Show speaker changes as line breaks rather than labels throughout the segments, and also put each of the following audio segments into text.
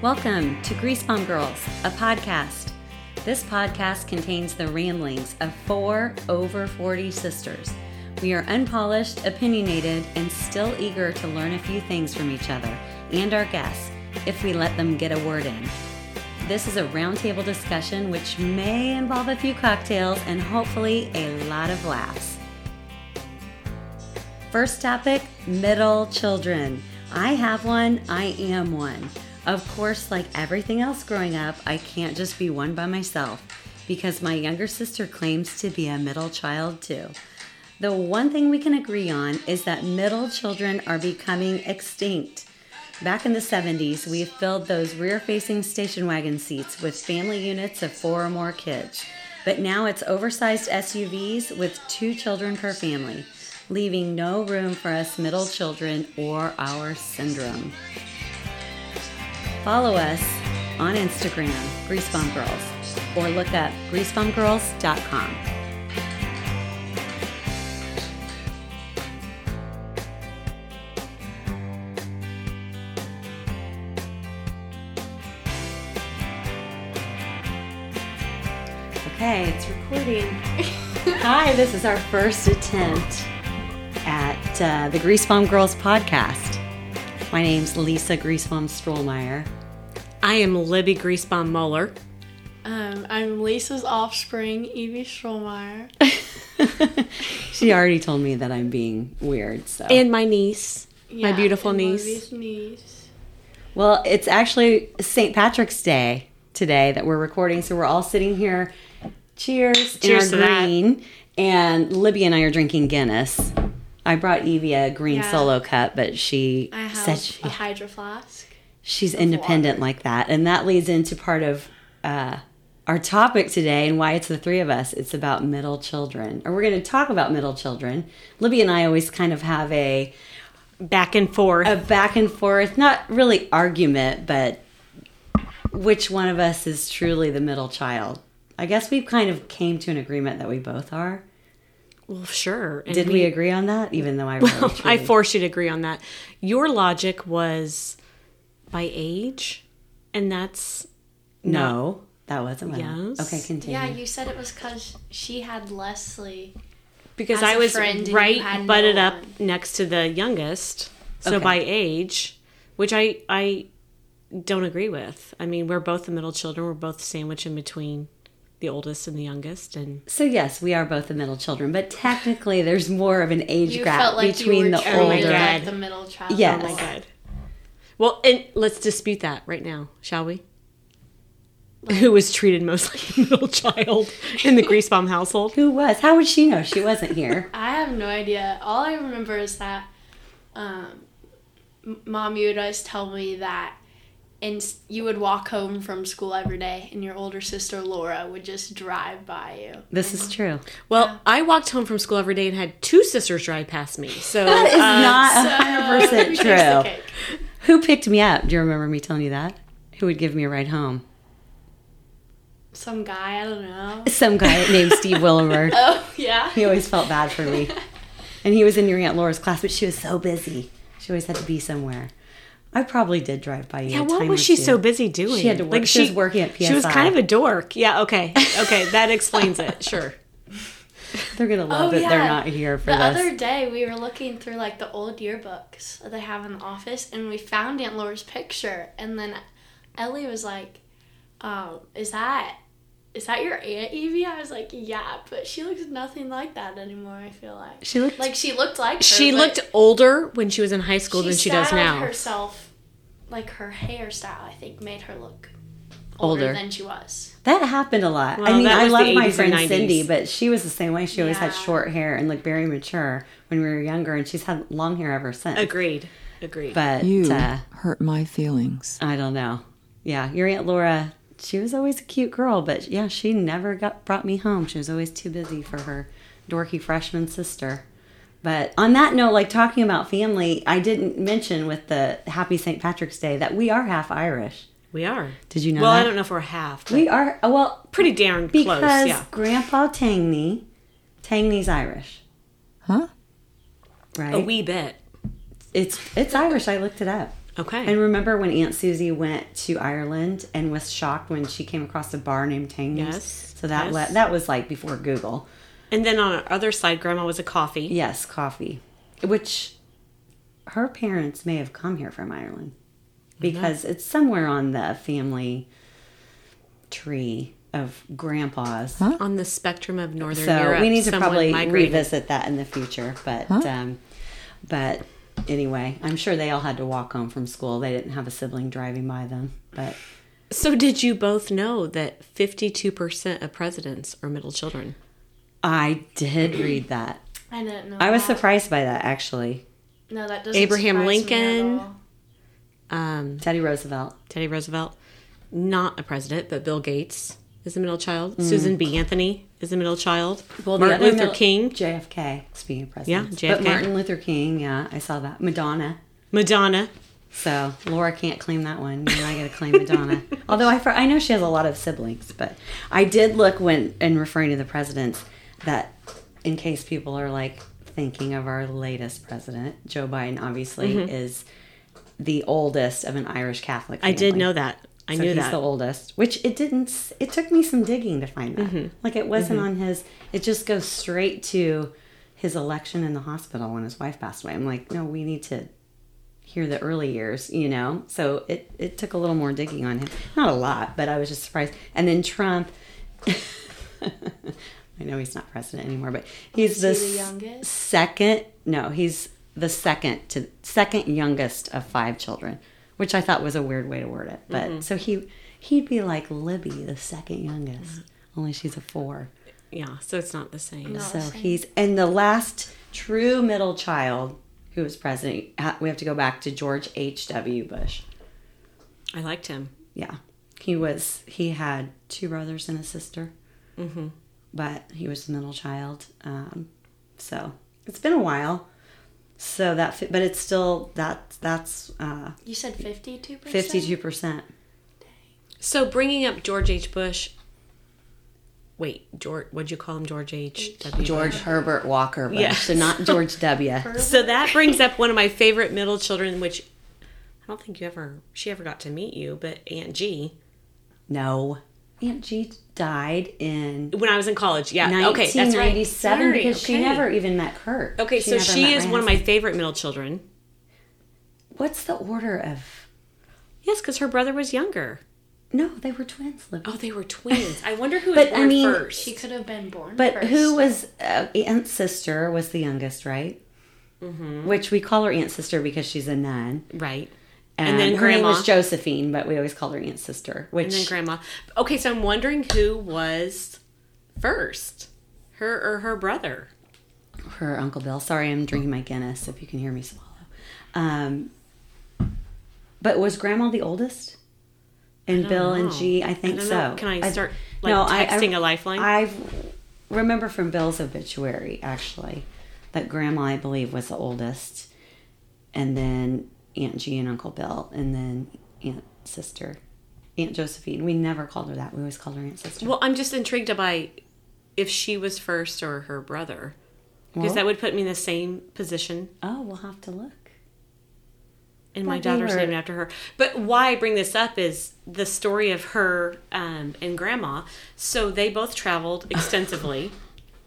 Welcome to Grease Bomb Girls, a podcast. This podcast contains the ramblings of four over 40 sisters. We are unpolished, opinionated, and still eager to learn a few things from each other and our guests if we let them get a word in. This is a roundtable discussion which may involve a few cocktails and hopefully a lot of laughs. First topic middle children. I have one, I am one. Of course, like everything else growing up, I can't just be one by myself because my younger sister claims to be a middle child too. The one thing we can agree on is that middle children are becoming extinct. Back in the 70s, we filled those rear facing station wagon seats with family units of four or more kids. But now it's oversized SUVs with two children per family, leaving no room for us middle children or our syndrome. Follow us on Instagram, Greasebomb Girls, or look up greasebombgirls.com. Okay, it's recording. Hi, this is our first attempt at uh, the Greasebomb Girls podcast. My name's Lisa Greasebomb Strollmeyer.
I am Libby Greasebomb Muller.
Um, I'm Lisa's offspring, Evie Schulmeyer.
She already told me that I'm being weird, so.
And my niece, my
Yeah,
beautiful
and
niece.
Lily's niece.
well, it's actually St. Patrick's Day today that we're recording, so we're all sitting here. Cheers!
Cheers
in
to
our
that.
green. And Libby and I are drinking Guinness. I brought Evie a green
Yeah.
solo cup, but she
I have
said she
a hydro flask.
She's independent like that. And that leads into part of uh, our topic today and why it's the three of us. It's about middle children. Or we're going to talk about middle children. Libby and I always kind of have a,
Back and forth.
a back and forth, not really argument, but which one of us is truly the middle child. I guess we've kind of came to an agreement that we both are.
well, sure. And
Did we, agree on that? Even though I really
I
truly-
forced you to agree on that. Your logic was by age, and that's
no, that wasn't. Yes.
Yes.
Okay, continue.
Yeah, you said it was because she had Leslie.
because
As
I
a
was
friend and you
right
had
butted
no
up
one.
next to the youngest. So
Okay.
by age, which I I don't agree with. I mean, we're both the middle children. We're both sandwiched in between the oldest and the youngest, and
So yes, we are both the middle children, but technically there's more of an age
You
gap
felt like
between
you were
the
treated
older.
God.
like the middle child.
Yes.
Oh my god. Well, and let's dispute that right now, shall we? Who was treated most like a middle child in the Grease Bomb household?
Who was? How would she know she wasn't here?
I have no idea. All I remember is that um, M- mom, you would always tell me that. And you would walk home from school every day, and your older sister Laura would just drive by you.
this is true.
Well, I walked home from school every day and had two sisters drive past me. So
That is
uh,
not
So, who
hundred
takes the
percent true.
cake?
Who picked me up? Do you remember me telling you that? Who would give me a ride home?
Some guy, I don't know.
Some guy named Steve Willimer.
Oh, yeah.
He always felt bad for me, and he was in your aunt Laura's class, but she was so busy. She always had to be somewhere. I probably did drive by you.
yeah,
a
what
time
was
or
she
two.
so busy doing?
She had to work. She was working at
She was
PSI.
kind of a dork. Yeah, okay. Okay, that explains it. Sure.
They're gonna love that they're not here for
Oh, the
this.
other day, we were looking through like the old yearbooks that they have in the office, and we found Aunt Laura's picture. And then Ellie was like, um, "Is that is that your aunt Evie?" I was like, "Yeah," but she looks nothing like that anymore. I feel like
She looked
like she looked like her,
She
but
looked older when she was in high school
she
than she does
styled
now.
Herself, like her hairstyle, I think, made her look
Older.
older than she was.
That happened a lot. I
Well,
mean,
that
I
was
love
the
my
80s and
friend
90s.
Cindy, but she was the same way. She always had
Yeah.
short hair and looked very mature when we were younger, and she's had long hair ever since.
Agreed. Agreed.
But
You
uh,
hurt my feelings.
I don't know. Yeah, your aunt Laura. She was always a cute girl, but yeah, she never got brought me home. She was always too busy for her dorky freshman sister. But on that note, like talking about family, I didn't mention with the Happy St. Patrick's Day that we are half Irish.
we are.
Did you know
Well,
that?
I don't know if we're half. But
We are well
pretty darn close.
because
Yeah.
Grandpa Tangney, Tangney's Irish.
Huh?
right?
A wee bit.
it's it's Irish. I looked it up.
Okay.
And remember when Aunt Susie went to Ireland and was shocked when she came across a bar named Tangs?
Yes,
So that
yes.
le- that was like before Google.
and then on our other side, Grandma was a coffee.
Yes, coffee, which her parents may have come here from Ireland because
Mm-hmm.
it's somewhere on the family tree of grandpas.
On the spectrum of Northern
so
Europe,
we need to
someone
probably
migrated.
revisit that in the future. But um, but anyway, I'm sure they all had to walk home from school. They didn't have a sibling driving by them, but.
So, did you both know that 52% of presidents are middle children?
I did read that.
I didn't know.
Oh,
I was
that.
surprised by that actually.
No, that doesn't.
Abraham
surprise me at
Lincoln.
all.
Um,
Teddy Roosevelt.
Teddy Roosevelt, not a president, but Bill Gates is a middle child. Susan B. Anthony is a middle child.
Mm. the
Martin
other
Luther
mil-
King,
JFK, speaking of presidents.
Yeah,
But
JFK.
Martin Luther King, yeah, I saw that. Madonna.
Madonna.
So Laura can't claim that one. You and I got to claim Madonna. Although I, fr- I know she has a lot of siblings, but I did look when, in referring to the presidents, that in case people are like thinking of our latest president, Joe Biden obviously
Mm-hmm.
is the oldest of an Irish Catholic
I
family.
did know that. I
so
knew
he's
that.
the oldest, which it didn't. s- It took me some digging to find that.
Mm-hmm.
Like it wasn't on his. It just goes straight to his election in the hospital when his wife passed away. I'm like, no, we need to hear the early years, you know. So it it took a little more digging on him. Not a lot, but I was just surprised. And then Trump. I know he's not president anymore, but he's
Is
the,
he the
s-
youngest?
second. No, he's the second to second youngest of five children, which I thought was a weird way to word it. But
Mm-hmm.
so he he'd be like Libby, the second youngest,
Mm-hmm.
only she's a four.
yeah, so it's not the same.
No.
So
same.
he's and the last true middle child who was president. ha- We have to go back to George H. W. Bush.
I liked him.
Yeah, he was. He had two brothers and a sister, mm-hmm. but he was the middle child. Um, so it's been a while. So that, fi- but it's still that that's uh,
You said fifty-two percent.
fifty-two percent.
So, bringing up George H. Bush. Wait, George, what'd you call him? George H. W.
George Herbert Walker, Bush,
Yes.
so not George W.
So that brings up one of my favorite middle children, which I don't think you ever she ever got to meet you, but Aunt G.
No, Aunt G died in
When I was in college, yeah, okay,
nineteen
that's right.
ninety-seven
Sorry,
because she
okay.
never even met Kurt.
Okay, so
never
she
met
is
my
one of my favorite middle children.
husband. What's the order of?
Yes, because her brother was younger.
No, they were twins. Libby.
Oh, they were twins. I wonder who was
But, I
born
mean,
first.
She could have been born.
But
first.
who was uh, Aunt Sister was the youngest, right?
Mm-hmm.
Which we call her Aunt Sister because she's a nun.
right.
And,
then
her name
Grandma.
was Josephine, but we always called her Aunt Sister. Which
And then grandma. Okay, so I'm wondering who was first, her or her brother.
her Uncle Bill. Sorry, I'm drinking my Guinness. If you can hear me swallow. Um, but was Grandma the oldest? And Bill and
know.
G, I think
I don't
so.
know. Can I start, like, texting
a
a lifeline?
I remember from Bill's obituary actually that Grandma, I believe, was the oldest, and then Aunt G and Uncle Bill, and then Aunt Sister, Aunt Josephine. We never called her that. We always called her Aunt Sister.
Well, I'm just intrigued by if she was first or her brother, because
Well-
that would put me in the same position.
oh, we'll have to look.
And my
But they
daughter's
were-
named after her. But why I bring this up is the story of her um, and grandma. So they both traveled extensively,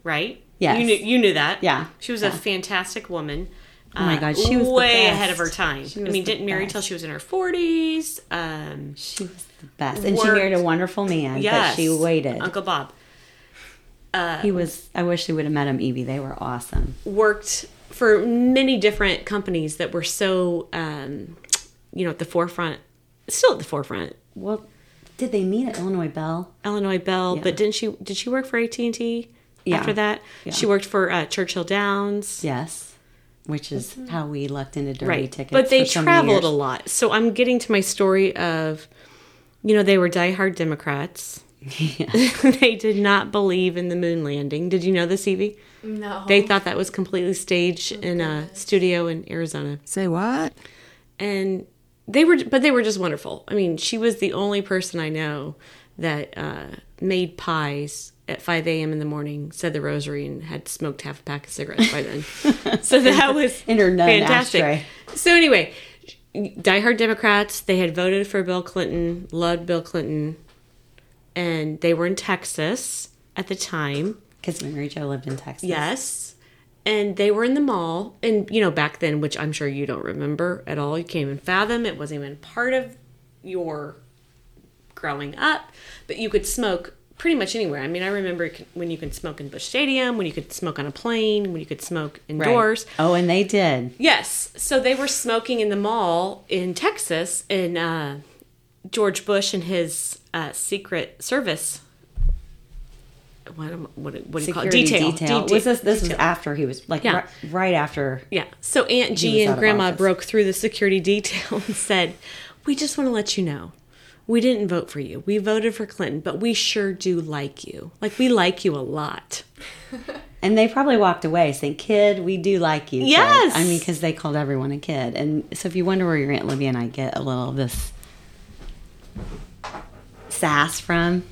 right?
Yes.
You knew, you knew that.
Yeah.
She was a
Yeah.
fantastic woman.
Oh my God, she was the
way
best.
ahead of her time.
She
I
was
mean,
the
didn't marry
best.
till she was in her 40s. Um,
She was the best, and she
Worked-
married a wonderful man.
yes.
but she waited.
Uncle Bob.
He was. I wish we would have met him, Evie. They were awesome.
worked for many different companies that were so, um, you know, at the forefront, still at the forefront.
Well, did they meet at Illinois Bell?
Illinois Bell,
Yeah.
but didn't she? Did she work for AT and T
Yeah.
after that?
Yeah.
She worked for uh, Churchill Downs,
Yes, which is how we lucked into dirty
Mm-hmm. right?
tickets.
But they
for so many
traveled a
years.
lot. So I'm getting to my story of, you know, they were diehard Democrats. they did not believe in the moon landing. Did you know this, Evie?
No.
They thought that was completely staged in a studio in Arizona.
Say what?
and they were but they were just wonderful i mean she was the only person i know that uh, made pies at 5 a.m in the morning said the rosary and had smoked half a pack of cigarettes by then so that was
In her nun ashtray.
so anyway diehard Democrats. They had voted for Bill Clinton, loved Bill Clinton, and they were in Texas at the time.
Because Mary Jo lived in Texas.
Yes. And they were in the mall. And, you know, back then, which I'm sure you don't remember at all, you can't even fathom. It wasn't even part of your growing up. But you could smoke pretty much anywhere. I mean, I remember c- when you could smoke in Bush Stadium, when you could smoke on a plane, when you could smoke
Right.
indoors.
Oh, and they did.
Yes. So they were smoking in the mall in Texas, and uh, George Bush and his uh, Secret Service. What, am- what, do- what do you call it?
Security
Detail.
detail.
Detail.
Was this this was after he was like
Yeah.
ri- right after
Yeah. So Aunt G
was out
and
of
Grandma
office.
broke through the security detail and said, "We just want to let you know, we didn't vote for you. We voted for Clinton, but we sure do like you. Like we like you a lot."
And they probably walked away saying, "Kid, we do like you." kid."
Yes.
I mean, because they called everyone a kid, and so if you wonder where your aunt Libby and I get a little of this sass from,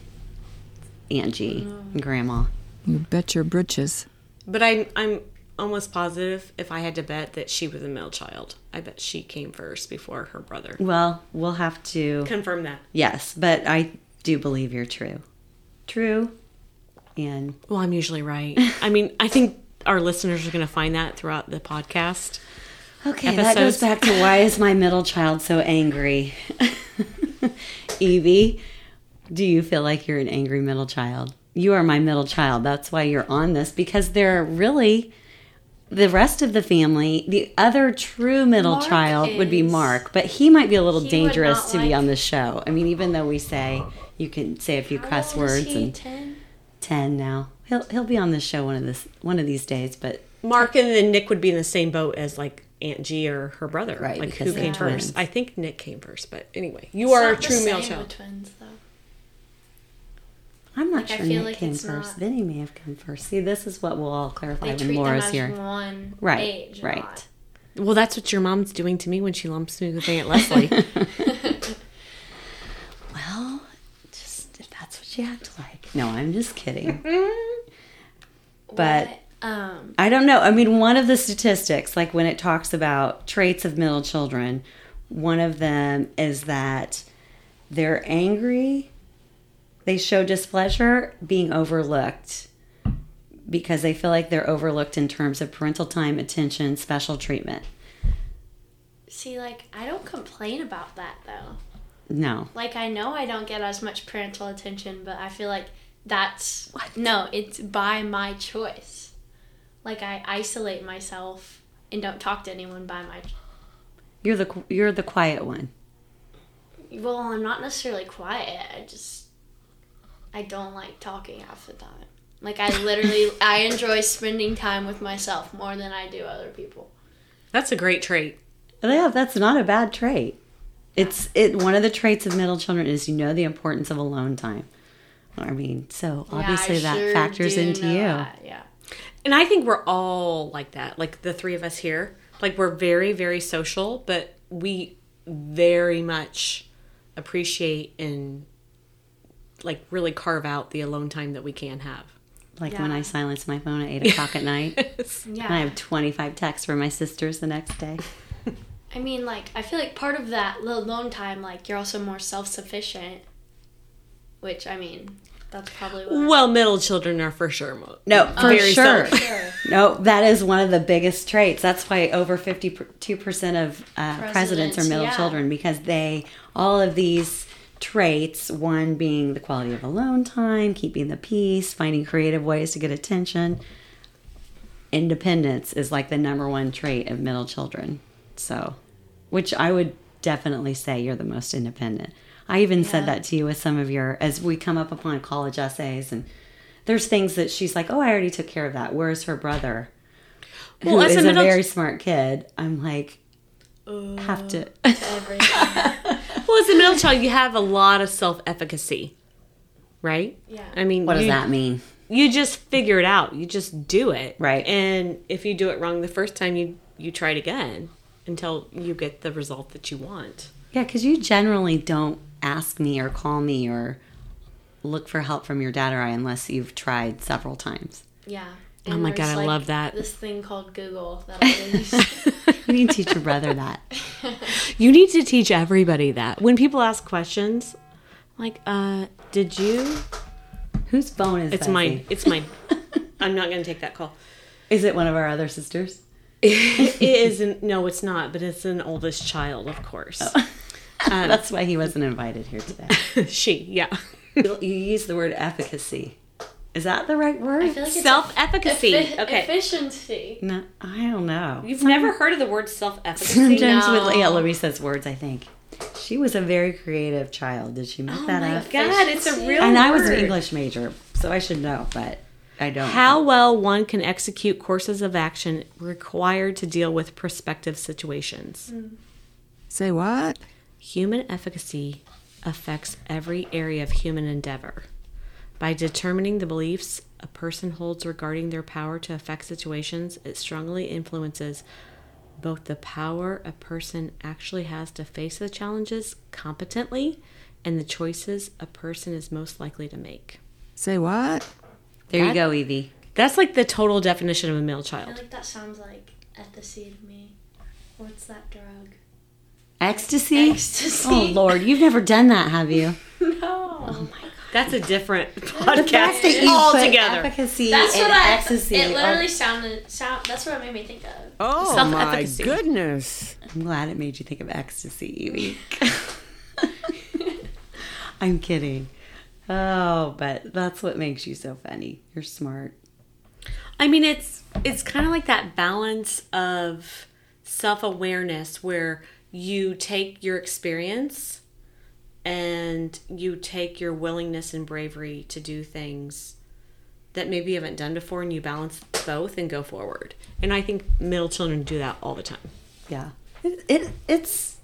Angie and Grandma.
You bet your britches.
But I'm I'm almost positive if I had to bet that she was a male child. I bet she came first before her brother.
Well, we'll have to.
Confirm that.
Yes, but I do believe you're true. True. And
Well, I'm usually right. I mean, I think our listeners are going to find that throughout the podcast.
okay, that goes
Episodes.
back to why is my middle child so angry? Evie, do you feel like you're an angry middle child? You are my middle child. That's why you're on this because there are really the rest of the family. The other true middle
Mark
child would be
is-
Mark, but he might be a little
he would
dangerous
not
to be
like-
on the show. I mean, even though we say you can say a few cuss
How old is
words
he?
and
10?
10 now. He'll he'll be on this show one of this one of these days, but
Mark and then Nick would be in the same boat as like Aunt G or her brother.
Right,
Like
because
who
they're
came
twins.
first? I think Nick came first, but anyway, you
It's
are a
not the
true male
same with
child.
Twins, though.
I'm not
Like, I
sure
feel
Nick
like
came
it's
first.
not-
Vinny may have come first. See, this is what we'll all clarify
They
when
treat them
Laura's
as
here.
one
Right,
age. a
right.
lot.
Well, that's what your mom's doing to me when she lumps me with Aunt Leslie.
Well, just if that's what you act like. No, I'm just kidding. But-
What, um,
I don't know. I mean, one of the statistics, like when it talks about traits of middle children, one of them is that they're angry, they show displeasure, being overlooked because they feel like they're overlooked in terms of parental time, attention, special treatment.
see, like I don't complain about that though.
No.
Like I know I don't get as much parental attention, but I feel like that's no, it's by my choice. Like I isolate myself and don't talk to anyone by my.
You're the qu- you're the quiet one.
Well, I'm not necessarily quiet. I just I don't like talking half the time. Like I literally I enjoy spending time with myself more than I do other people.
that's a great trait.
Yeah, that's not a bad trait. It's it one of the traits of middle children is you know the importance of alone time. I mean, so
Yeah, I
obviously that
sure
factors
do
into
know
you.
that, Yeah.
And I think we're all like that. Like the three of us here, like we're very, very social, but we very much appreciate and like really carve out the alone time that we can have.
Like when
Yeah.
I silence my phone at eight o'clock at night,
Yeah.
and I have twenty five texts from my sisters the next day.
I mean, like, I feel like part of that little alone time, like, you're also more self sufficient, which, I mean, that's probably what.
Well, middle children are for sure. Mo-
No, for
very
sure.
selfish.
Sure.
No, that is one of the biggest traits. That's why over 52% of uh, presidents, are
Presidents,
middle
yeah.
children because they, all of these traits, one being the quality of alone time, keeping the peace, finding creative ways to get attention. Independence is like the number one trait of middle children. So, which I would definitely say you're the most independent. I even said that to you with some of your, as we come up upon college essays and there's things that she's like, oh, I already took care of that. Where's her brother?
Well,
who
as a
is a,
middle- Uh,
very smart kid. I'm like, have to.
Everything.
Well, as a middle child, you have a lot of self efficacy, right?
Yeah.
I mean,
What does
you,
that mean?
You just figure it out. You just do it,
Right.
And if you do it wrong the first time, you you try it again until you get the result that you want.
Yeah, because you generally don't ask me or call me or look for help from your dad or I unless you've tried several times.
yeah.
Oh my God,
there's,
I love that.
This thing called Google that I use.
You need to teach your brother that.
You need to teach everybody that. When people ask questions, like, uh, did you?
Whose phone is
It's
buzzing?
mine. It's mine. I'm not going to take that call.
Is it one of our other sisters?
It isn't. No, it's not. But it's an oldest child, of course.
Um,
Um,
That's why he wasn't invited here today.
she, yeah.
you you use the word efficacy. Is that the right word?
feel like it's
Self-efficacy.
effi-
Okay.
Efficiency.
no, I don't know.
You've never heard of the word self-efficacy?
Sometimes with
No.
yeah, Larissa's words, I think. She was a very creative child. Did she make that
Oh my
up?
God, it's a real.
And I was an
word.
English major, so I should know, but I don't.
How well one can execute courses of action required to deal with prospective situations.
Mm.
Say what?
Human efficacy affects every area of human endeavor. By determining the beliefs a person holds regarding their power to affect situations, it strongly influences both the power a person actually has to face the challenges competently and the choices a person is most likely to make.
Say what?
There you go, Evie.
That's like the total definition of a male
I feel
child.
like that sounds like ecstasy to me. What's that drug?
Ecstasy?
Ecstasy.
Oh, Lord. You've never done that, have you?
No. Oh,
That's a different
The fact that you
podcast
put
altogether.
efficacy
That's
and
what I.
ecstasy.
It literally sounded. Sound. That's what it made me think of.
Oh
Self-efficacy.
goodness!
I'm glad it made you think of ecstasy, Evie. I'm kidding. Oh, but that's what makes you so funny. You're smart.
I mean, it's it's kind of like that balance of self awareness where you take your experience and you take your willingness and bravery to do things that maybe you haven't done before, and you balance both and go forward. And I think middle children do that all the time.
Yeah. It, it it's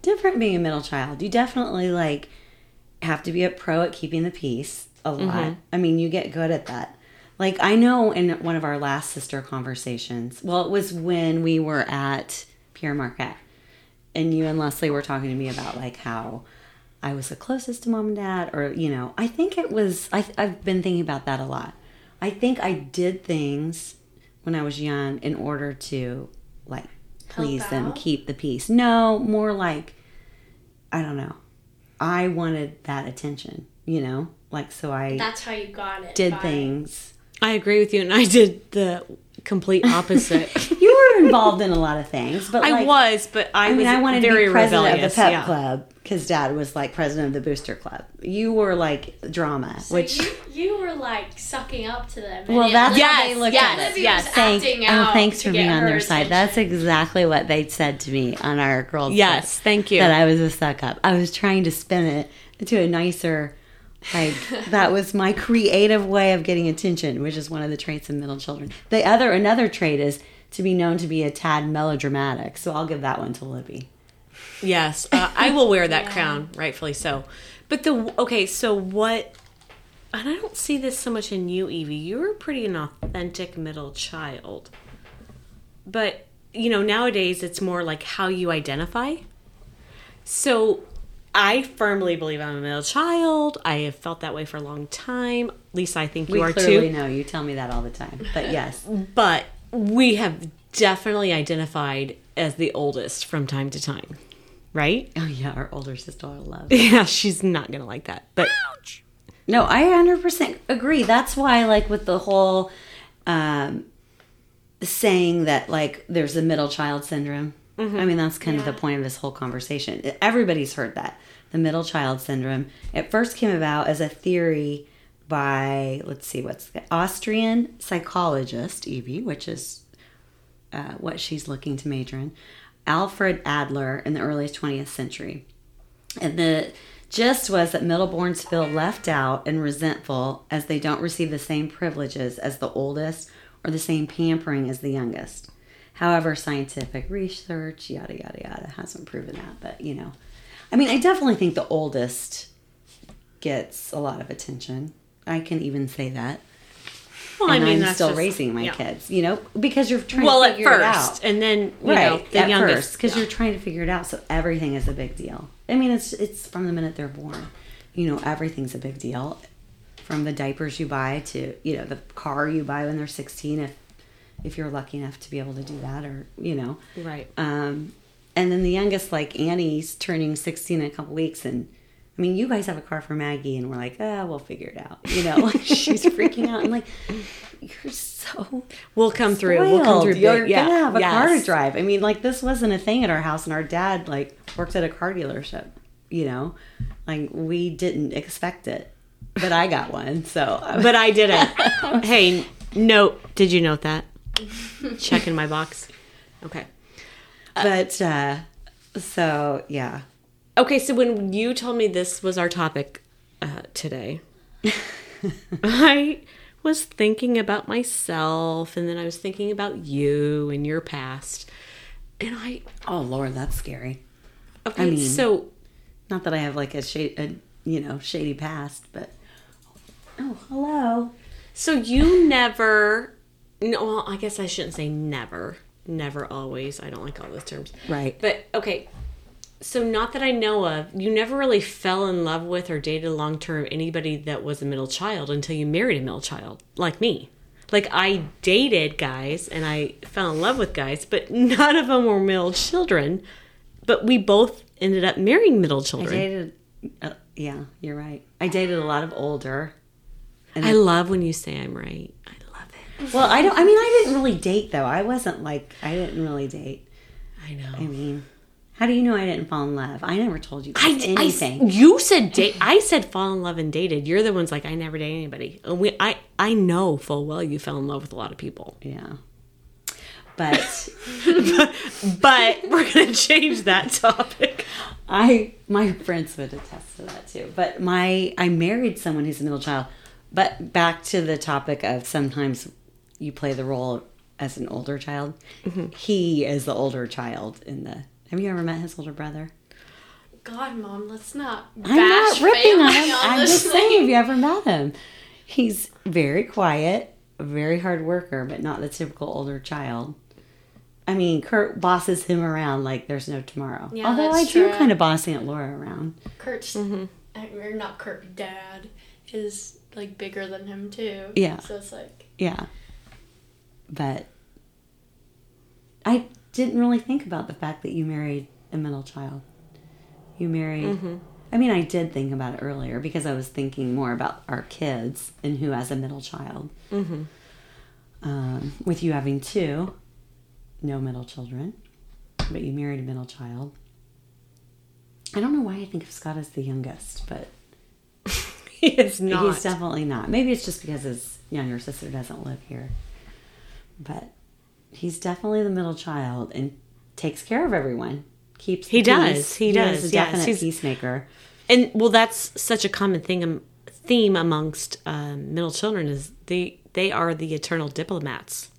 different being a middle child. You definitely like have to be a pro at keeping the peace a lot. I mean, you get good at that. Like I know in one of our last sister conversations, well, it was when we were at Pierre Marquette, and you and Leslie were talking to me about like how I was the closest to mom and dad, or you know, I think it was. I, I've been thinking about that a lot. I think I did things when I was young in order to like please them,
out?
keep the peace. No, more like I don't know. I wanted that attention, you know, like so I
That's how you got it.
did
by-
things.
I agree with you, and I did the complete opposite.
You were involved in a lot of things, but
I
like,
was, but I,
I mean,
was
I wanted
very
to be president of
rebellious.
the pep
yeah.
club because Dad was like president of the booster club. You were like drama,
So
which
you, you were like sucking up to them. and
well,
it
that's
literally-
how they looked at
yes,
it.
Libby
yes.
was
Thank-
acting
oh,
out
thanks
to
for
get
being on
her
their side.
attention.
That's exactly what they said to me on our girls. trip,
Yes, thank you.
That I was a suck up. I was trying to spin it into a nicer. Like that was my creative way of getting attention, which is one of the traits of middle children. The other, another trait is to be known to be a tad melodramatic. So I'll give that one to Libby.
Yes, uh, I will wear that crown, rightfully so. But the okay, so what? And I don't see this so much in you, Evie. You're pretty an authentic middle child, but you know nowadays it's more like how you identify. So, I firmly believe I'm a middle child. I have felt that way for a long time. Lisa, I think you
We
are
clearly
too.
know you tell me that all the time, but yes,
But we have definitely identified as the oldest from time to time, right?
oh yeah, our older sister I love.
Yeah, she's not gonna like that. But
No, I 100% agree. That's why, like, with the whole um, saying that, like, there's a middle child syndrome. I mean, that's kind of the point of this whole conversation. Everybody's heard that the middle child syndrome. It first came about as a theory by, let's see, what's the Austrian psychologist, Evie, which is uh, what she's looking to major in, Alfred Adler in the early 20th century. And the gist was that middleborns feel left out and resentful as they don't receive the same privileges as the oldest or the same pampering as the youngest. However, scientific research, yada, yada, yada, hasn't proven that, but you know. I mean, I definitely think the oldest gets a lot of attention. I can even say that.
well,
and I am
that's
still
just-
raising my
yeah.
kids, you know, because you're trying
Well,
to
at
figure it out
first, and then you
right
know, the
at
youngest.
because
yeah.
you're trying to figure it out so everything is a big deal i mean it's it's from the minute they're born you know everything's a big deal from the diapers you buy to you know the car you buy when they're 16 if if you're lucky enough to be able to do that or you know
Right.
um, and then the youngest like annie's turning 16 in a couple weeks and i mean you guys have a car for maggie and we're like ah we'll figure it out you know like she's freaking out i'm like you're so
We'll come through. We'll come
spoiled.
through.
You're
big. Yeah.
gonna have a car to
Yes.
drive. I mean, like this wasn't a thing at our house, and our dad like worked at a car dealership. You know, like we didn't expect it, but I got one. So but
But I didn't. hey, note. Did you note that? Check in my box. Okay.
but uh, so yeah,
Okay, so when you told me this was our topic uh, today, I was thinking about myself and then I was thinking about you and your past. And I,
oh lord, that's scary.
okay,
mean-
so
Not that I have like a shade, a, you know, shady past, but oh hello.
So you never, no, well, I guess I shouldn't say never, never always. I don't like all those terms.
Right.
But okay, so not that I know of, you never really fell in love with or dated long term anybody that was a middle child until you married a middle child like me. Like I dated guys and I fell in love with guys, but none of them were middle children. But we both ended up marrying middle
I
children.
dated. Uh, yeah, you're right. I dated a lot of older.
I love when you say I'm right. I love it.
Well, I don't. I mean, I didn't really date though. I wasn't like I didn't really date.
I know.
I mean, how do you know I didn't fall in love? I never told you
I,
guys
d- I s-
anything.
you said date. I said fall in love and dated. You're the ones like I never date anybody. And we, I, I know full well you fell in love with a lot of people.
yeah, but
But we're gonna change that topic.
I my friends would attest to that too. But my I married someone who's a middle child. But back to the topic of sometimes you play the role as an older child.
Mm-hmm.
He is the older child in the. Have you ever met his older brother?
God, mom, let's not.
I'm not
bash
ripping on
family
him. I'm
this
just saying,
thing.
have you ever met him? He's very quiet, a very hard worker, but not the typical older child. I mean, Kurt bosses him around like there's no tomorrow.
Yeah,
Although
that's
I do
true.
kind of boss Aunt Laura around.
Kurt's
Mm-hmm.
I- or not Kurt, dad is like bigger than him too.
Yeah.
So it's like
Yeah. But I didn't really think about the fact that you married a middle child. You married. I mean, I did think about it earlier because I was thinking more about our kids and who has a middle child. Um, with you having two, no middle children, but you married a middle child. I don't know why I think of Scott as the youngest, but
He is not.
He's definitely not. Maybe it's just because his younger sister doesn't live here. But he's definitely the middle child and takes care of everyone. Keeps
He
the
does.
peace.
He
is
does.
a
Yes,
definite
he's-
peacemaker.
and well, that's such a common thing. um, Theme amongst um, middle children is they they are the eternal diplomats,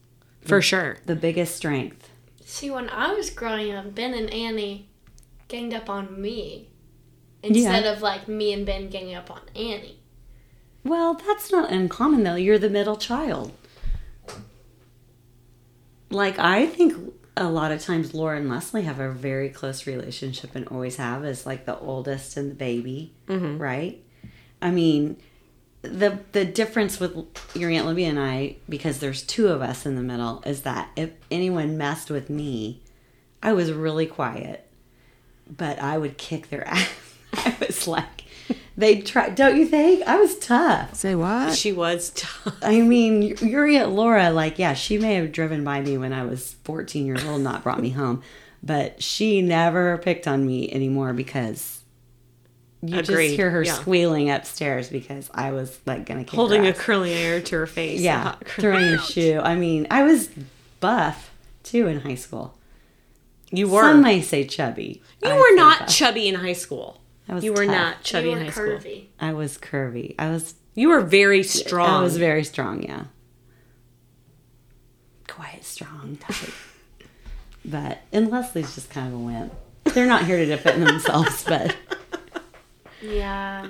Mm.
for sure.
The biggest strength.
see when I was growing up, Ben and Annie ganged up on me instead of like me and Ben ganging up on Annie.
Well, that's not uncommon though. You're the middle child. Like I think a lot of times Laura and Leslie have a very close relationship and always have as like the oldest and the baby, right? I mean, the the difference with your aunt Libby and I because there's two of us in the middle is that if anyone messed with me, I was really quiet, but I would kick their ass. I was like, they try. Don't you think I was tough?
Say what?
She was. T-
I mean, Yuri at Laura, like, yeah, she may have driven by me when I was 14 years old, not brought me home, but she never picked on me anymore because you
Agreed,
just hear her
yeah.
squealing upstairs because I was like going to kick
holding
her
a
ass.
curling iron to her face. A
yeah,
hot curling-
throwing a shoe. I mean, I was buff too in high school.
You were.
Some may say chubby.
you
I
were
say
not
buff.
chubby in high school.
I was
You were
tough.
not chubby
you were
in high school.
curvy.
I was curvy. I was.
You were very strong.
I was very strong. Yeah. Quiet, strong type. but and Leslie's just kind of a wimp. They're not here to defend themselves, but
Yeah.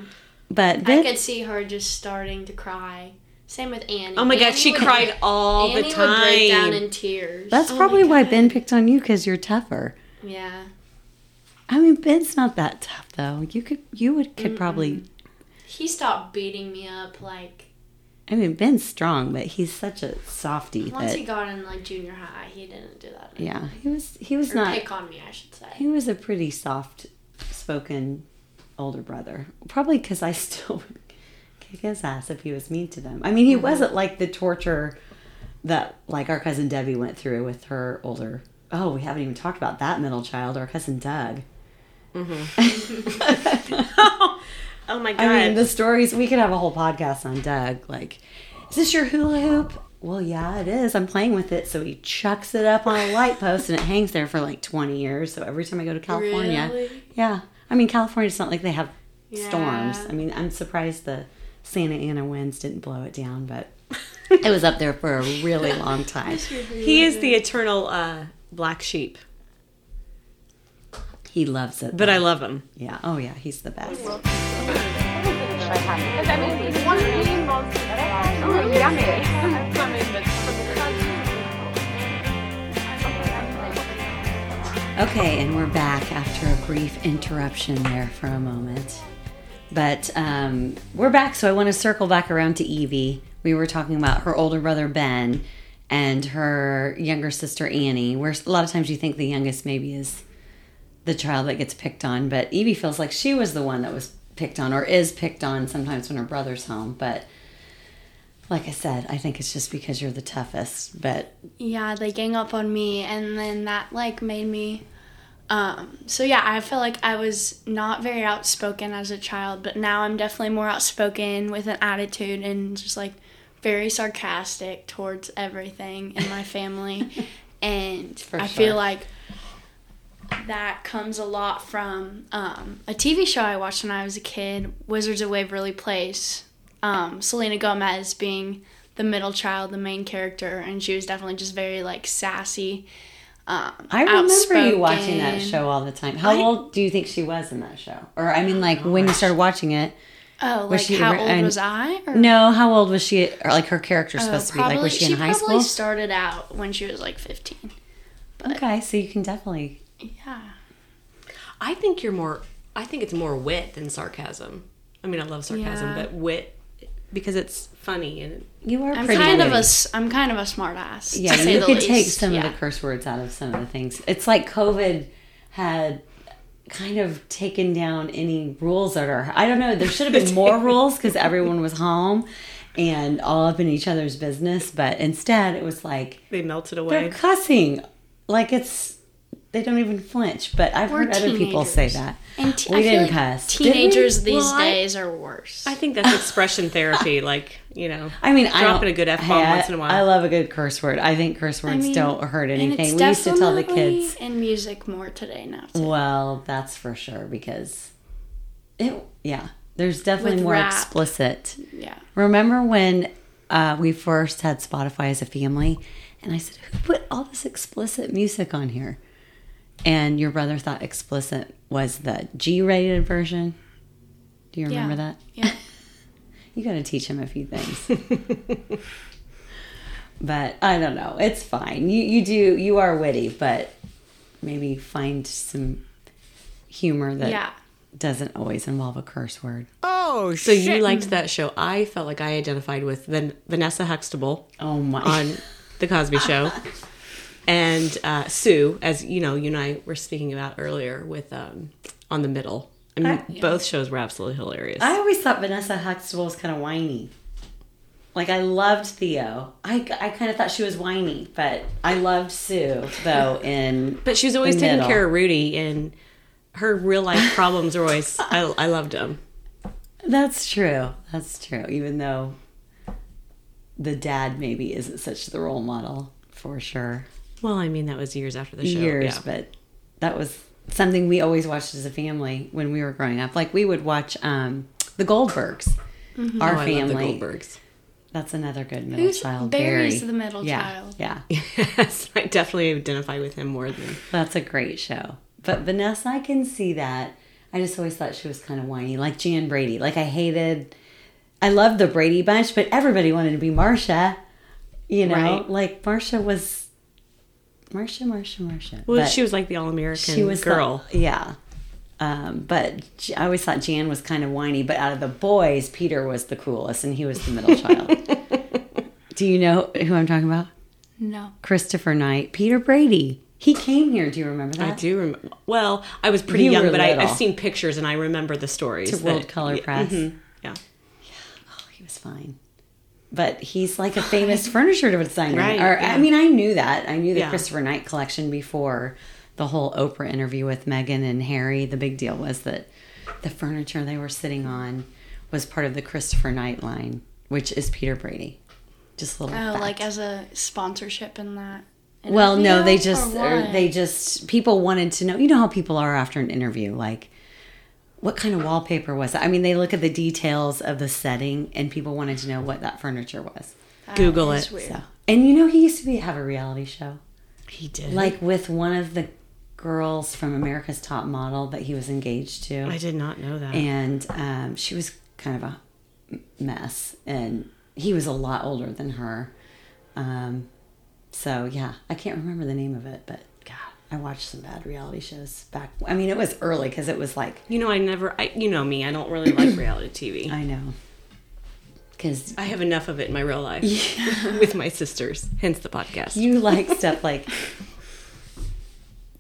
but
I
Ben-
could see her just starting to cry. Same with Annie.
oh my god,
Annie
she
would-
cried all
Annie
the
would break down
time.
in tears. Oh,
that's probably why Ben picked on you because you're tougher.
yeah.
I mean, Ben's not that tough though. You could you would could probably
he stopped beating me up like
I mean, Ben's strong, but he's such a softy
once
that
he got in like junior high, he didn't do that. anymore.
yeah, he was he was
Or
not
pick on me, I should say.
he was a pretty soft spoken older brother. Probably because I still would kick his ass if he was mean to them. I mean, he wasn't like the torture that like our cousin Debbie went through with her older. Oh, we haven't even talked about that middle child, our cousin Doug.
Oh my god.
I mean, the stories we could have a whole podcast on Doug. Like, is this your hula hoop? Well, yeah, it is. I'm playing with it. So he chucks it up on a light post and it hangs there for like 20 years. So every time I go to California,
Really?
yeah. I mean, California, it's not like they have storms.
Yeah.
I mean, I'm surprised the Santa Ana winds didn't blow it down, but it was up there for a really long time.
he is the eternal uh, black sheep,
He loves it.
but I love him.
yeah. Oh, yeah. He's the best. Okay, and we're back after a brief interruption there for a moment. But um, we're back, so I want to circle back around to Evie. We were talking about her older brother Ben and her younger sister Annie, where a lot of times you think the youngest maybe is the child that gets picked on, but Evie feels like she was the one that was picked on or is picked on sometimes when her brother's home. But like I said, I think it's just because you're the toughest. But
Yeah, they gang up on me, and then that like made me. Um, so yeah, I feel like I was not very outspoken as a child, but now I'm definitely more outspoken with an attitude and just like very sarcastic towards everything in my family, and
sure.
I feel like that comes a lot from um, a TV show I watched when I was a kid, Wizards of Waverly Place. Um, Selena Gomez being the middle child, the main character, and she was definitely just very like sassy. Um,
I remember you
outspoken.
watching that show all the time. How old do you think she was in that show? Or I mean, like when you started watching it?
Oh,
Was
like
she
how
re-
old
and-
was I? Or-
No, how old was she? Or like her character
Oh,
supposed to be? Like was she in high
probably
school?
started out when she was like 15.
okay, so you can definitely.
Yeah.
I think you're more. I think it's more wit than sarcasm. I mean, I love sarcasm,
Yeah.
but wit because it's funny and
You are
I'm
pretty
kind of a
witty.
s- I'm kind of a smart ass.
yeah.
to say
You
the
could
least.
take some
Yeah.
of the curse words out of some of the things. It's like COVID had kind of taken down any rules that are. I don't know. There should have been more rules because everyone was home and all up in each other's business. But instead, it was like
they melted
They're
away.
cussing. Like it's they don't even flinch. But I've
We're
heard other people say
teenagers.
that.
And te-
we
I feel
didn't
like
cuss. did we?
Teenagers these
Well, I-
days are worse.
I think that's expression therapy. Like you know,
I mean, I
dropping
don't-
a good f
hey,
bomb
I-
once in a while.
I love a good curse word. I think curse words
mean,
don't hurt
and it's
anything. We used to tell the
definitely
kids. Mm.
in music more today now. Too.
Well, that's for sure because it. Yeah, there's definitely
With
more
rap.
explicit.
Yeah.
Remember when uh, we first had Spotify as a family, and I said, "Who put all this explicit music on here?" And your brother thought explicit was the G-rated version. Do you remember
yeah.
that?
Yeah.
You got to teach him a few things. but I don't know. It's fine. You you do you are witty, but maybe find some humor that
Yeah.
doesn't always involve a curse word.
Oh,
so you liked that show? I felt like I identified with Van- Vanessa Huxtable
Oh my!
on the Cosby Show, and uh, Sue, as you know, you and I were speaking about earlier with um, on the middle. I mean, both shows were absolutely hilarious.
I always thought Vanessa Huxtable was kind of whiny. Like I loved Theo. I, I kind of thought she was whiny, but I loved Sue though. In
But she was always
the
taking
middle.
care of Rudy, and her real life problems were always. I, I loved them.
That's true. That's true. Even though the dad maybe isn't such the role model for sure.
Well, I mean, that was years after the show.
Years,
yeah.
but that was something we always watched as a family when we were growing up. Like we would watch um, the Goldbergs. Our
Oh, I
family.
love the Goldbergs.
That's another good middle
Who's
child.
Barry's
Barry.
the middle
yeah,
child?
Yeah.
Yes, I definitely identify with him more than
That's a great show. But Vanessa, I can see that. I just always thought she was kind of whiny, like Jan Brady. Like I hated, I loved the Brady Bunch, but everybody wanted to be Marsha. You know,
Right.
like Marsha was Marsha, Marsha, Marsha.
well,
But
she was like the all American
she was the-
girl.
yeah, Um, but J- I always thought Jan was kind of whiny. But out of the boys, Peter was the coolest, and he was the middle child. Do you know who I'm talking about?
No.
Christopher Knight, Peter Brady. He came here. Do you remember that?
I do remember. Well, I was pretty
You
young,
were
but I,
little.
I've seen pictures and I remember the stories.
To World Color
yeah,
Press.
mhm, yeah.
Oh, he was fine. But he's like a famous furniture designer.
Right,
Or I
yeah.
mean, I knew that. I knew the
Yeah.
Christopher Knight collection before the whole Oprah interview with Meghan and Harry. The big deal was that the furniture they were sitting on was part of the Christopher Knight line, which is Peter Brady. Just a little.
Oh,
fact.
like as a sponsorship in that.
Well, no, they
interview,
just
or
or
what?
they just people wanted to know. You know how people are after an interview, like what kind of wallpaper was it? I mean, they look at the details of the setting, and people wanted to know what that furniture was.
That
Google
is
it.
Oh, weird.
So, and you know, he used to be have a reality show,
He did.
like with one of the girls from America's Top Model that he was engaged to
I did not know that.
and um, she was kind of a mess and he was a lot older than her um, so yeah i can't remember the name of it but god i watched some bad reality shows back i mean it was early because it was like
you know, I never. I, you know me. I don't really like reality TV. I,
i know because
have enough of it in my real life with my sisters. Hence the podcast.
you like stuff like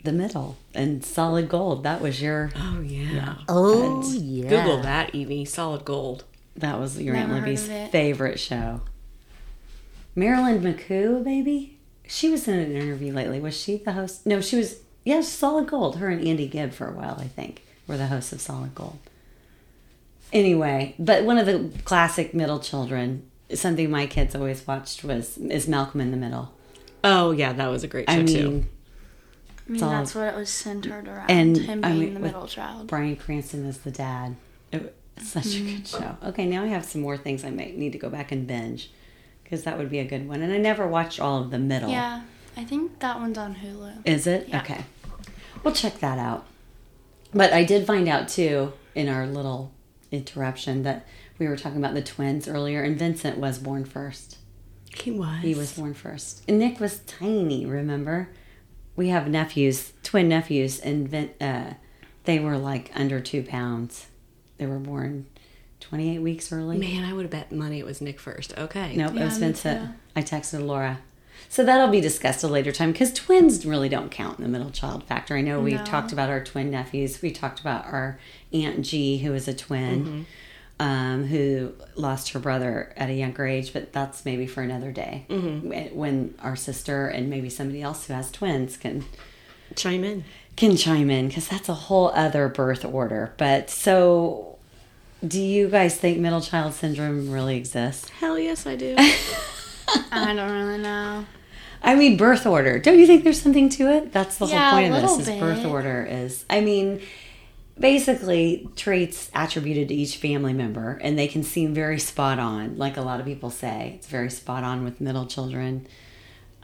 the middle and solid gold that was your
oh yeah.
Oh, yeah.
Google that, Evie. Solid gold.
that was your aunt
Never heard
libby's
of it.
favorite show marilyn mccoo baby she was in an interview lately was she the host no she was yes solid gold her and andy gibb for a while i think were the hosts of solid gold anyway but one of the classic middle children something my kids always watched was is malcolm in the middle
Oh yeah, that was a great show
i
too.
mean
I mean,
all-
that's what it was centered around.
And,
him being
I mean,
the
with-
middle child. Mm-hmm.
Brian Cranston is the dad. It, it's such a good show. Okay, now I have some more things I might need to go back and binge because that would be a good one. And I never watched all of the middle.
Yeah, I think that one's on Hulu.
Is it?
Yeah.
Okay. We'll check that out. But I did find out too in our little interruption that we were talking about the twins earlier, and Vincent was born first.
He was.
He was born first. And Nick was tiny, remember? We have nephews, twin nephews, and Vin, uh, they were like under two pounds. They were born 28 weeks early.
Man, I would have bet money it was Nick first. Okay.
Nope, it
Yeah,
was
me
Vincent. I texted Laura. So that'll be discussed a later time because twins really don't count in the middle child factor. I know we've
No.
talked about our twin nephews. We talked about our Aunt G, who is a twin, um, who lost her brother at a younger age, but that's maybe for another day When- when our sister and maybe somebody else who has twins can
Chime in.
can chime in because that's a whole other birth order. But so, do you guys think middle child syndrome really exists?
Hell yes, I do.
I don't really know.
I mean, birth order. Don't you think there's something to it? That's the
Yeah,
whole point
a
of this
little
is birth
bit.
order is. I mean, basically traits attributed to each family member, and they can seem very spot on. Like a lot of people say, it's very spot on with middle children.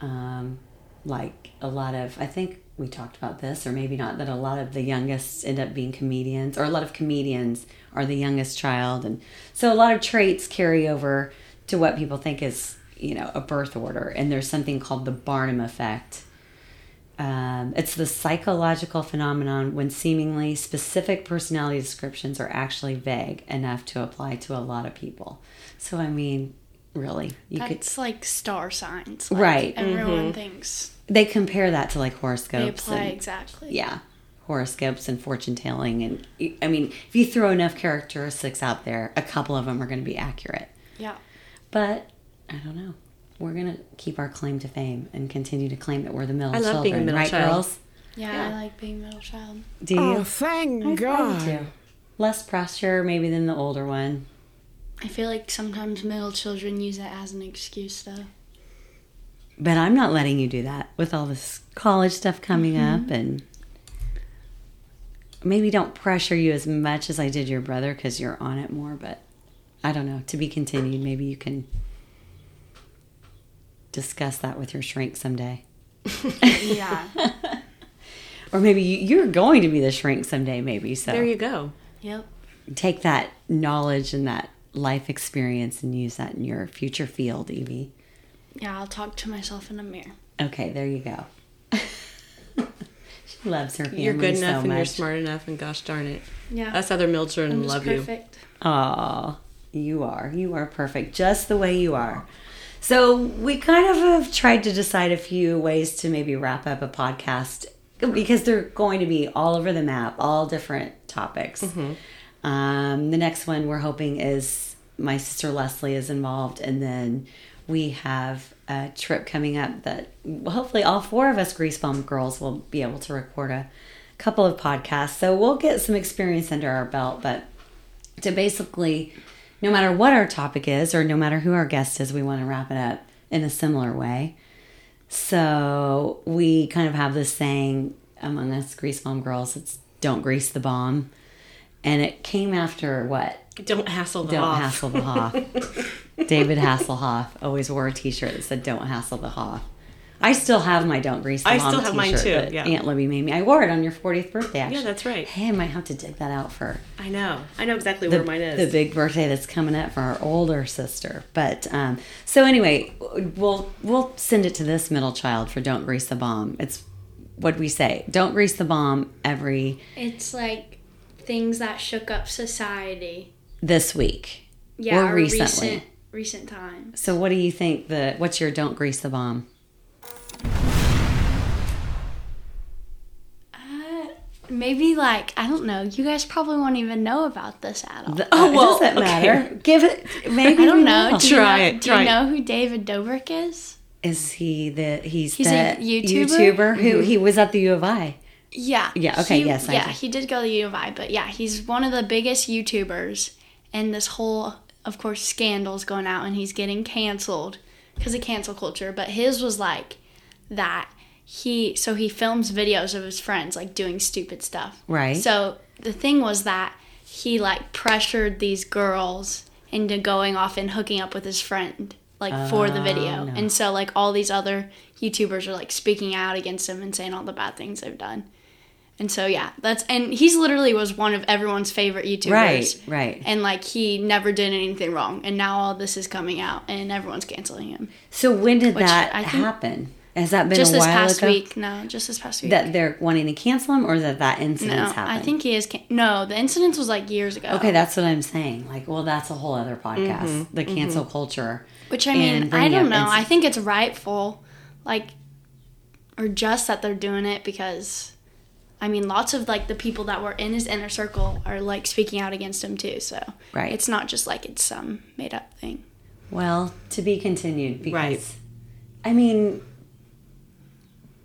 Um, like a lot of, I think we talked about this, or maybe not, that a lot of the youngest end up being comedians, or a lot of comedians are the youngest child, and so a lot of traits carry over to what people think is, you know, a birth order. And there's something called the Barnum effect. Um, it's the psychological phenomenon when seemingly specific personality descriptions are actually vague enough to apply to a lot of people. So, I mean, really, you could.
That's like star signs. like,
Right. Mm-hmm.
Everyone thinks
They compare that to like
they
horoscopes.
apply
and-
exactly.
yeah, horoscopes and fortune telling, and I mean, if you throw enough characteristics out there, a couple of them are going to be accurate.
Yeah.
But I don't know. We're gonna keep our claim to fame and continue to claim that we're the middle
I love
children,
being a middle
right,
child.
girls?
yeah. I like being middle child.
Do you?
Oh, thank God.
I do. Less pressure, maybe, than the older one.
I feel like sometimes middle children use that as an excuse, though.
But I'm not letting you do that with all this college stuff coming
Mm-hmm.
up and maybe don't pressure you as much as I did your brother because you're on it more. But I don't know. To be continued, maybe you can discuss that with your shrink someday.
Yeah.
Or maybe you, you're going to be the shrink someday, maybe. So
There you go.
yep.
take that knowledge and that life experience and use that in your future field, Evie.
Yeah, I'll talk to myself in a mirror.
Okay, there you go. She loves her family
You're good
so
enough and
much.
you're smart enough, and gosh darn it,
Yeah.
us other mill
I'm
children
just
love you.
perfect.
Aw, you are. You are perfect, just the way you are. So we kind of have tried to decide a few ways to maybe wrap up a podcast because they're going to be all over the map, all different topics. Um, the next one we're hoping is my sister Leslie is involved, and then we have a trip coming up that hopefully all four of us Grease Bomb girls will be able to record a couple of podcasts. So we'll get some experience under our belt, but to basically no matter what our topic is or no matter who our guest is we want to wrap it up in a similar way so we kind of have this saying among us grease bomb girls it's don't grease the bomb and it came after what
Don't hassle the
don't
off.
hassle the hoff david hasselhoff always wore a t-shirt that said don't hassle the hoff i still have my don't grease the
I
bomb
still have mine
t-shirt
too,
that
yeah.
aunt libby made me i wore it on your 40th birthday actually
Yeah, that's right.
hey i might have to dig that out for
I know. I know exactly
the,
where mine is.
the big birthday that's coming up for our older sister. But um, so anyway, we'll we'll send it to this middle child for don't grease the bomb. It's what we say. Don't grease the bomb every
It's like things that shook up society.
this week.
Yeah,
Or
or
recently.
recent recent times.
So what do you think the what's your don't grease the bomb?
Uh, maybe like I don't know. You guys probably won't even know about this at all.
The-
Oh,
it
well,
doesn't
okay.
Uh, matter. Give it
I
maybe
don't
we
know.
will.
Do you
Try
know,
it,
Do
try
you
it.
know who David Dobrik is?
Is he the he's,
He's
the
a YouTuber? Mm-hmm.
who he was at the U of I.
Yeah.
Yeah, okay,
he-
yes, I
Yeah.
do.
He did go to U of I, but yeah, he's one of the biggest YouTubers, and this whole, of course, scandal's going out, and he's getting canceled because of cancel culture. But his was like that. He so he films videos of his friends like doing stupid stuff.
Right.
So the thing was that he like pressured these girls into going off and hooking up with his friend like for the
Oh,
video. And so like all these other YouTubers are like speaking out against him and saying all the bad things they've done. And so yeah, that's and he's literally was one of everyone's favorite YouTubers.
Right, right.
And like he never did anything wrong and now all this is coming out and everyone's canceling him.
So when did
Which
that
I think-
happen? Has that been
Just
a
this
while
past
ago?
week. No, just this past week.
That they're wanting to cancel him, or that that
no,
incident's happened.
I think he is can- No, the incidents was like years ago.
Okay, that's what I'm saying. Like, well, that's a whole other podcast. The cancel culture.
Mm-hmm, Which I
and
mean, I
bringing
don't
up
know.
inci-
I think it's rightful, like, or just that they're doing it because, I mean, lots of like the people that were in his inner circle are like speaking out against him too. So
Right.
it's not just like it's some made up thing.
Well, to be continued. Because,
Right.
I mean,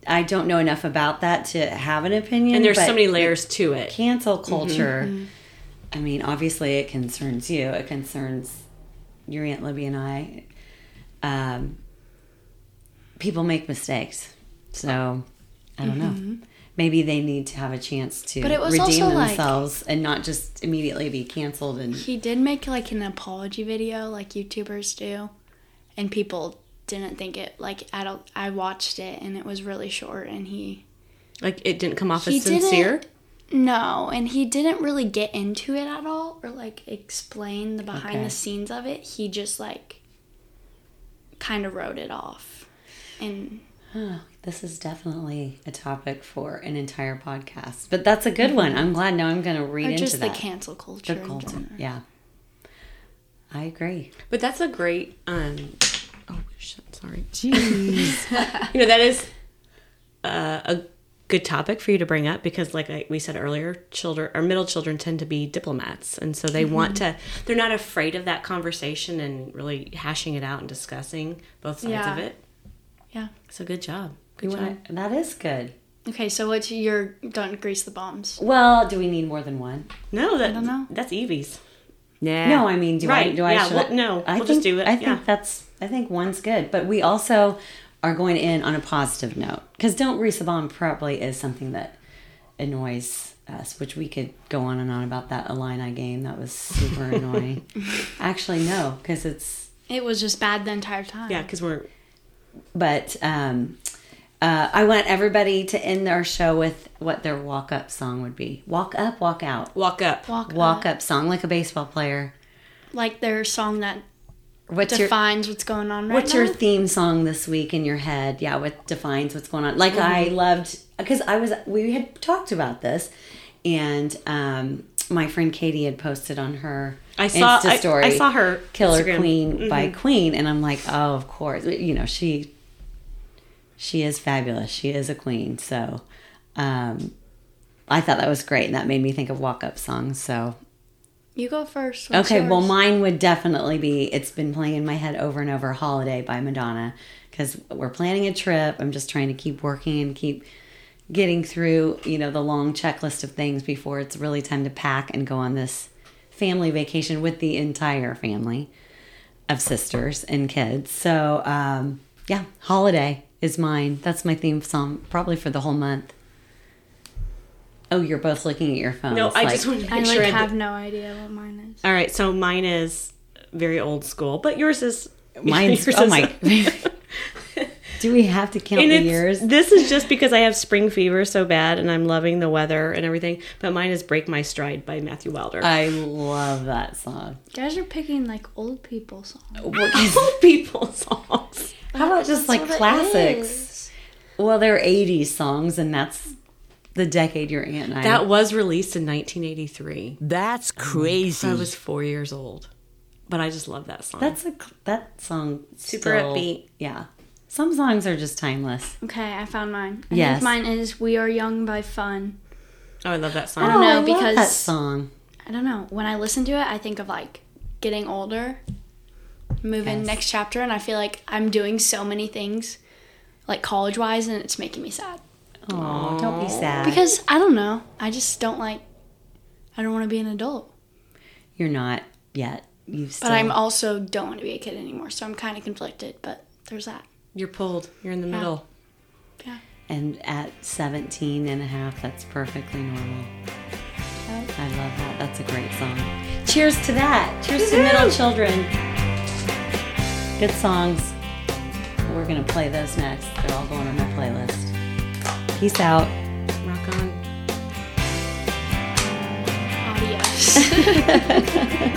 I don't know enough about that to have an opinion.
and there's so
but
many layers to it.
cancel
Mm-hmm.
culture. I mean, obviously, it concerns you. It concerns your aunt Libby and I. Um, people make mistakes, so I don't know. Maybe they need to have a chance to
Mm-hmm. But it was
redeem
also, like-
themselves and not just immediately be canceled. And
He did make like an apology video, like YouTubers do, and people didn't think it. Like I don't. I watched it and it was really short, and he
Like it didn't come off
He
as sincere.
didn't- No, and he didn't really get into it at all or like explain the behind
Okay.
the scenes of it. He just like kind of wrote it off. And
oh, this is definitely a topic for an entire podcast. But that's a good one. I'm glad. Now I'm going to read
Mm-hmm. or
into
just the
that.
cancel culture.
The
in
culture.
general.
Yeah, I agree.
But that's a great. um Oh shit! Sorry. Jeez. you know that is uh, a good topic for you to bring up because, like I, we said earlier, children our middle children tend to be diplomats, and so they want
Mm-hmm.
to. They're not afraid of that conversation and really hashing it out and discussing both sides
Yeah.
of it.
Yeah.
So good job.
You
Good job.
wanna, that is good.
Okay, so what's your don't grease the bombs?
Well, do we need more than one?
No, that
don't know.
that's Evie's. Nah.
No, I mean, do I?
right.
Do I?
Yeah.
should
well,
I-
no,
I
we'll
think,
just do it.
I
yeah.
think that's. I think one's good, but we also are going in on a positive note because "Don't Grease the Bomb" probably is something that annoys us, which we could go on and on about that Illini game. That was super annoying. Actually, no, because it's
It was just bad the entire time.
Uh-huh.
yeah, because we're
but um, uh, I want everybody to end their show with what their walk up song would be. Walk up, walk out.
walk up.
Walk,
Uh-huh.
Walk up song like a baseball player.
Like their song that
What's your
defines what's going on right
What's
now.
your theme song this week in your head? Yeah, what defines what's going on? Like
Um,
I loved because I was we had talked about this, and um, my friend Katie had posted on her
I saw- I-
Insta
I
story.
saw her
Killer
Instagram. Mm-hmm.
Queen by Queen, and I'm like, oh, of course, you know she she is fabulous. She is a queen. So um, I thought that was great, and that made me think of walk up songs. So
you go first. What's
Okay, well,
yours?
mine would definitely be It's Been Playing in My Head Over and Over Holiday by Madonna because we're planning a trip. I'm just trying to keep working and keep getting through, you know, the long checklist of things before it's really time to pack and go on this family vacation with the entire family of sisters and kids. So, um, yeah, Holiday is mine. That's my theme song probably for the whole month. Oh, you're both looking at your phones.
No, I
like-
just want to
I
make
like
sure. I
have no idea what mine is.
All right, so mine is very old school, but yours is
Mine's-
yours
oh
is-
my- Do we have to count
and
the
it's,
years?
This is just because I have spring fever so bad, and I'm loving the weather and everything. But mine is "Break My Stride" by Matthew Wilder.
I love that song.
You guys are picking like old people songs.
Oh.
old people songs.
How about just
That's
like
what it
classics?
is.
Well, they're 80s songs, and that's the decade your aunt and I.
That was released in 1983.
That's
I
crazy.
was four years old, but I just love that song.
that's a cl- that song
Super
still-
upbeat.
Yeah, some songs are just timeless.
Okay, I found mine. I
Yes.
think mine is "We Are Young" by Fun.
oh, I love that
I
song.
don't know,
love
because-
that song.
I don't know. When I listen to it, I think of like getting older, moving
Yes.
next chapter, and I feel like I'm doing so many things, like college wise, and it's making me sad.
Oh, don't be sad.
Because I don't know. I just don't like. I don't want to be an adult,
you're not yet. You've
but
still.
I'm also don't want to be a kid anymore. So I'm kind of conflicted. But there's that.
You're pulled. You're in the middle.
Yeah.
and at 17 and a half, that's perfectly normal. I love that. That's a great song. Cheers to that. Cheers to middle children. Good songs. We're going to play those next. They're all going on my playlist. Peace out.
Rock on.
Adios.